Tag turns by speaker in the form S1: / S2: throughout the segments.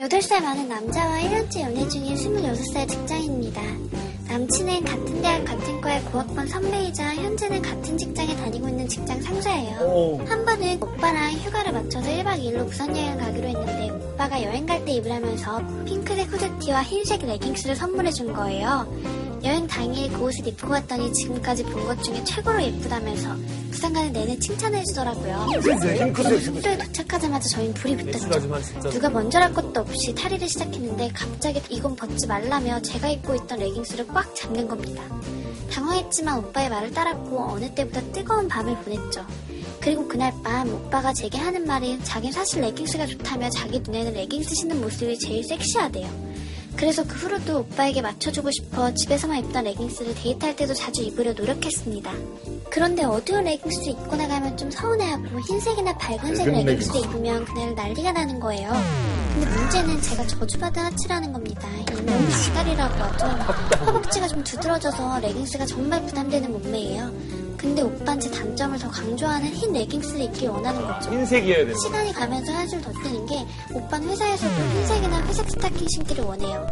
S1: 8살 많은 남자와 1년째 연애 중인 26살 직장인입니다. 남친은 같은 대학 같은 과의 고학번 선배이자 현재는 같은 직장에 다니고 있는 직장 상사예요.
S2: 오.
S1: 한 번은 오빠랑 휴가를 맞춰서 1박 2일로 부산 여행 가기로 했는데 오빠가 여행 갈 때 입으라면서 핑크색 후드티와 흰색 레깅스를 선물해 준 거예요. 여행 당일 그 옷을 입고 갔더니 지금까지 본 것 중에 최고로 예쁘다면서 부산 가는 내내 칭찬해 주더라고요.
S2: 핑크색
S1: 숙소에 도착하자마자 저희는 불이 붙었죠.
S2: 예술하지만 진짜
S1: 누가 먼저 할 것도 없이 탈의를 시작했는데 갑자기 이건 벗지 말라며 제가 입고 있던 레깅스를 꽉 잡는 겁니다. 당황했지만 오빠의 말을 따랐고 어느 때보다 뜨거운 밤을 보냈죠. 그리고 그날 밤 오빠가 제게 하는 말이 자긴 사실 레깅스가 좋다며 자기 눈에는 레깅스 신는 모습이 제일 섹시하대요. 그래서 그 후로도 오빠에게 맞춰주고 싶어 집에서만 입던 레깅스를 데이트할 때도 자주 입으려 노력했습니다. 그런데 어두운 레깅스를 입고 나가면 좀 서운해하고 흰색이나 밝은색
S2: 밝은
S1: 레깅스를
S2: 레깅스.
S1: 입으면 그날 난리가 나는 거예요. 근데 문제는 제가 저주받은 하체라는 겁니다. 이놈 지갈이라고 하죠. 허벅지가 좀 두드러져서 레깅스가 정말 부담되는 몸매예요. 근데 오빠는 제 단점을 더 강조하는 흰 레깅스를 입길 원하는 거죠.
S2: 흰색이어야 되는 거
S1: 시간이 가면서 한술 더 뜨는 게 오빠는 회사에서도 흰색이나 회색 스타킹 신기를 원해요.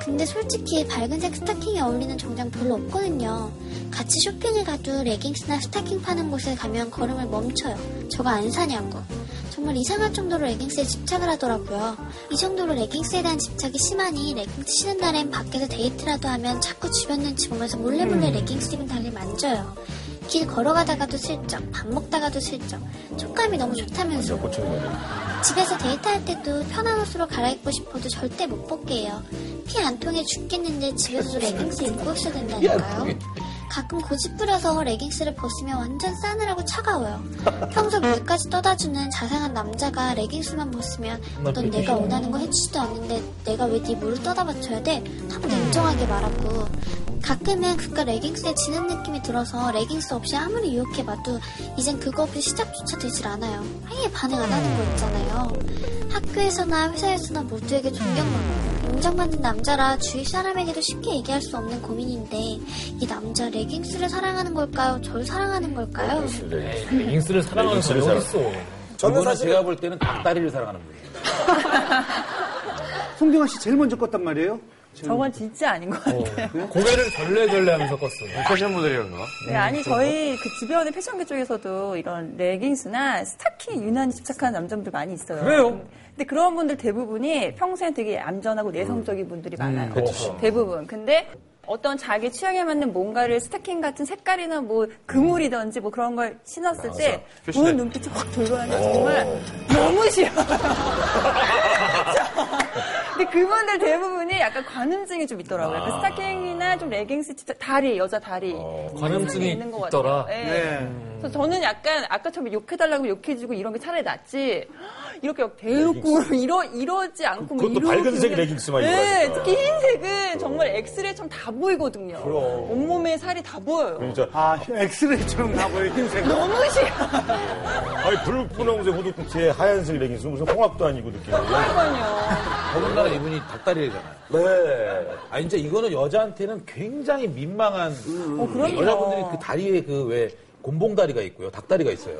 S1: 근데 솔직히 밝은색 스타킹에 어울리는 정장 별로 없거든요. 같이 쇼핑을 가도 레깅스나 스타킹 파는 곳에 가면 걸음을 멈춰요. 저거 안 사냐고. 정말 이상할 정도로 레깅스에 집착을 하더라고요. 이 정도로 레깅스에 대한 집착이 심하니 레깅스 신은 날엔 밖에서 데이트라도 하면 자꾸 주변 눈치 보면서
S2: 음.
S1: 몰래몰래 레깅스 입은 다리를 만져요. 길 걸어가다가도 슬쩍, 밥 먹다가도 슬쩍, 촉감이 너무 좋다면서
S2: 고치는 거죠.
S1: 집에서 데이트할 때도 편한 옷으로 갈아입고 싶어도 절대 못 벗게요. 피 안 통해 죽겠는데 집에서도 레깅스 입고 있어야 된다니까요. 가끔 고집 부려서 레깅스를 벗으면 완전 싸늘하고 차가워요. 평소 물까지 떠다주는 자상한 남자가 레깅스만 벗으면 넌 내가 원하는 거 해주지도 않는데 내가 왜 네 물을 떠다 바쳐야 돼? 하고 냉정하게 말하고 가끔은 그깟 레깅스에 지는 느낌이 들어서 레깅스 없이 아무리 유혹해봐도 이젠 그거 없이 시작조차 되질 않아요. 아예 반응 안 하는 거 있잖아요. 학교에서나 회사에서나 모두에게 존경받고 인정받는 남자라 주위 사람에게도 쉽게 얘기할 수 없는 고민인데 이 남자 레깅스를 사랑하는 걸까요? 저를 사랑하는 걸까요?
S2: 네, 잉스를 사랑하는
S3: 잉스를
S2: 사람이 어딨어.
S3: 저는 제가 볼 때는 닭다리를 사랑하는 분이에요.
S4: 송경아 씨 제일 먼저 껐단 말이에요?
S5: 저건 진짜 아닌 것 같아요.
S2: 고개를 절레절레 하면서 껐어.
S6: 패션 모델이었나?
S5: 네, 아니 저희 그 집에 오는 패션계 쪽에서도 이런 레깅스나 스타킹 유난히 집착하는 남자분들 많이 있어요.
S2: 그래요?
S5: 근데 그런 분들 대부분이 평소엔 되게 얌전하고 내성적인 분들이 많아요.
S2: 그렇죠.
S5: 대부분. 근데 어떤 자기 취향에 맞는 뭔가를 스타킹 같은 색깔이나 뭐 그물이든지 뭐 그런 걸 신었을 때
S6: 표시네.
S5: 보는 눈빛이 확 돌변하는 게
S2: 어.
S5: 정말 너무 싫어. 근데 그분들 대부분이 약간 관음증이 좀 있더라고요.
S2: 아.
S5: 그 스타킹이나 좀 레깅스 진짜 다리 여자 다리
S2: 어. 관음증이
S5: 있는 것
S2: 있더라.
S5: 같아요.
S4: 네.
S5: 예. 그래서 저는 약간 아까처럼 욕해달라고 욕해주고 이런 게 차라리 낫지 이렇게 대놓고 이러 이러지 않고 뭐
S3: 그것도
S5: 이러고
S3: 밝은색
S5: 그냥-
S3: 레깅스만 입고
S5: 네,
S3: 하니까.
S5: 특히 흰색은 정말 엑스레이처럼 다 보이거든요. 온몸에 살이 다 보여요.
S3: 진짜.
S4: 아, 엑스레이처럼 나보여 흰색.
S5: 너무 싫어.
S3: 아니, 불분홍색 후드티에 하얀색 레깅스 무슨 홍합도 아니고 느낌이.
S5: 잠깐만요.
S7: 더군다나 이분이 닭다리잖아요.
S3: 네.
S7: 아 이제 이거는 여자한테는 굉장히 민망한
S3: 음.
S5: 어, 그럼요.
S7: 여자분들이 그 다리에 그 왜 곰봉다리가 있고요, 닭다리가 있어요.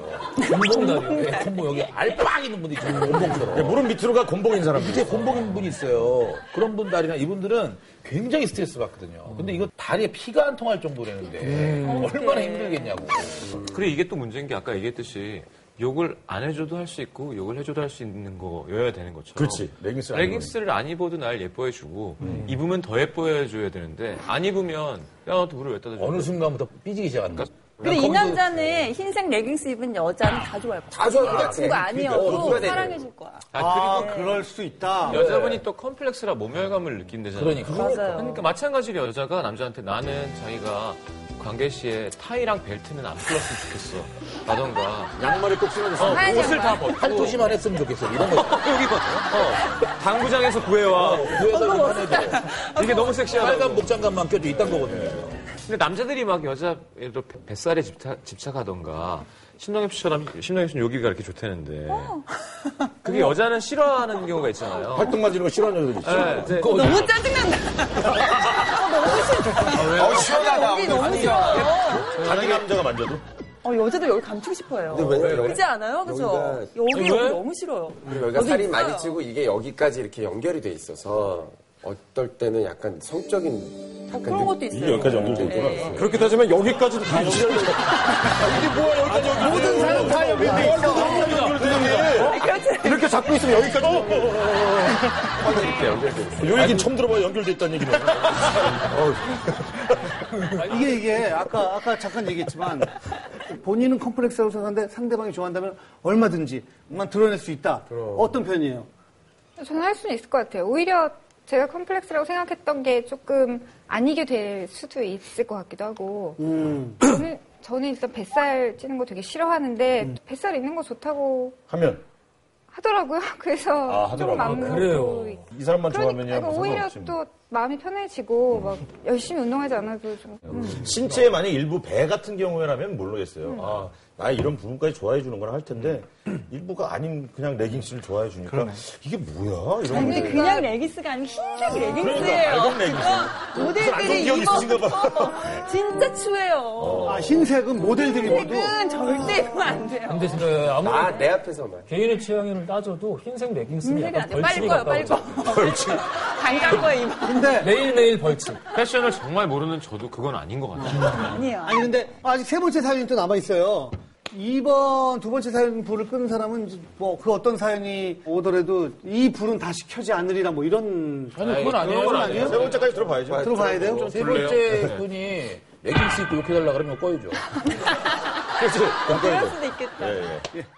S7: 곰봉다리요? 네, 곰봉 여기 알빡 있는 분이 지금
S3: 야,
S7: 곰봉처럼.
S3: 무릎 밑으로가 곰봉인 사람들.
S7: 밑에 곰봉인 분이 있어요. 그런 분 다리나 이분들은 굉장히 스트레스 받거든요. 근데 이거 다리에 피가 안 통할 정도라는데
S5: 네.
S7: 얼마나 힘들겠냐고.
S6: 그리고 이게 또 문제인 게 아까 얘기했듯이 욕을 안 해줘도 할 수 있고 욕을 해줘도 할 수 있는 거여야 되는 것처럼.
S3: 그렇지. 레깅스를 안
S6: 레깅스를 안 음. 입어도 날 예뻐해주고 입으면 더 예뻐해줘야 되는데 안 입으면 야너또 물을 왜 떠다 줘?
S7: 어느 순간부터 삐지기 시작한다.
S5: 근데 이 남자는 흰색 레깅스 입은 여자는 다 좋아할 거야.
S7: 다 좋아할 거야.
S5: 여자친구 아니어도 사랑해줄 거야.
S6: 아,
S4: 아, 그럴 수 있다.
S6: 그리고 여자분이 또 컴플렉스라 모멸감을 느낀다잖아요.
S7: 그러니까.
S5: 맞아요.
S6: 그러니까 마찬가지로 여자가 남자한테 나는 자기가 관계 시에 타이랑 벨트는 안 풀었으면 좋겠어. 라던가.
S3: 양말이 꼭 신어졌어.
S6: 어,
S5: 하얀
S6: 옷을 다
S5: 양말.
S6: 벗고.
S7: 팔토시만 했으면 좋겠어. 이런 거.
S6: 여기 봐. 어, 당구장에서 구해와.
S7: 구해달라고 해도
S6: 이게 너무
S7: 빨간
S6: 섹시하다고.
S7: 목장갑만 껴도 이딴 거거든요.
S6: 근데 남자들이 막 여자, 예를 들어 뱃살에 집착, 집착하던가. 신동엽 씨처럼, 신동엽 씨는 여기가 이렇게 좋다는데. 그게 여자는 싫어하는 경우가 있잖아요.
S3: 활동 맞으는 거 싫어하는 여자들 있어.
S6: 네, 이제
S5: 너무 짜증난다. 어, 너무 싫다.
S3: 어, 시원하다.
S5: 여기 너무 싫어.
S3: 다른 남자가 만져도?
S5: 어, 여자도 여기 감추고 싶어요.
S8: 근데 왜-
S5: 그렇지 않아요? 그죠?
S6: 여기가-
S5: 여기, 여기 너무 싫어요.
S8: 그리고 여기가
S5: 여기
S8: 살이
S5: 있어요.
S8: 많이 찌고 이게 여기까지 이렇게 연결이 돼 있어서 어떨 때는 약간 성적인 약간
S5: 그런 것도 있어요.
S3: 이게 여기까지 연결돼
S5: 네.
S3: 있구나.
S8: 그렇게 따지면 여기까지도 다 연결돼 있어.
S4: 모든 사람 다 여기 돼 있어.
S5: 아니, 그렇지.
S8: 이렇게 잡고 있으면 여기까지 이렇게 연결돼 있어.
S3: 요 얘기는 처음 들어봐요. 연결돼 있다는 얘기는.
S4: 이게 이게 아까 아까 잠깐 얘기했지만 본인은 컴플렉스라고 생각하는데 상대방이 좋아한다면 얼마든지 만 드러낼 수 있다. 어떤 편이에요?
S9: 저는 할 수는 있을 것 같아요. 오히려 제가 컴플렉스라고 생각했던 게 조금 아니게 될 수도 있을 것 같기도 하고. 저는, 저는 일단 뱃살 찌는 거 되게 싫어하는데 뱃살 있는 거 좋다고
S3: 하면
S9: 하더라고요. 그래서
S3: 아,
S9: 조금
S3: 하더라고요.
S9: 안 먹고.
S2: 그래요.
S3: 이 사람만 좋아하면
S9: 그러니까
S3: 야, 뭐
S9: 오히려
S3: 상관없지 뭐.
S9: 또 마음이 편해지고 막 열심히 운동하지 않아도 좀
S3: 음.
S9: 음.
S3: 신체에 만약 일부 배 같은 경우에라면 모르겠어요. 아, 나 이런 부분까지 좋아해 주는 건 할 텐데
S9: 음.
S3: 일부가 아닌 그냥 레깅스를 좋아해 주니까 이게 뭐야? 이런
S5: 근데
S3: 거.
S5: 그냥 레깅스가 아닌 흰색
S8: 그러니까
S5: 레깅스예요.
S3: 밝은 레깅스.
S5: 지금
S3: 안경
S5: 모델들이
S3: 있으신가
S5: 입어서 진짜
S2: 어.
S5: 추해요.
S4: 아, 흰색은 모델들이 모두
S5: 흰색은 절대 입으면 안 돼요.
S2: 근데 그 아무
S8: 나 내 앞에서만.
S2: 개인의 취향을 따져도 흰색 레깅스는
S5: 흰색은 안
S2: 약간
S5: 돼. 빨리
S2: 벌칙이
S5: 꺼요, 빨리 꺼.
S2: 가까워.
S5: 벌칙. 당장 꺼 입어.
S4: 근데
S2: 매일매일 벌칙.
S6: 패션을 정말 모르는 저도 그건 아닌 것 같아요.
S5: 아니야.
S4: 아니 근데 아직 세 번째 사연이 또 남아 있어요. 2번 두 번째 사연 불을 끈 사람은 뭐 그 어떤 사연이 오더라도 이 불은 다시 켜지 않으리라 뭐 이런
S7: 아니, 그건 아니에요. 그건 아니에요.
S3: 세 번째까지 들어봐야죠.
S4: 들어봐야 돼요.
S7: 세 번째 분이 레깅스 입고 욕해달라 그러면 꺼야죠.
S5: 그럴 수도 있겠다.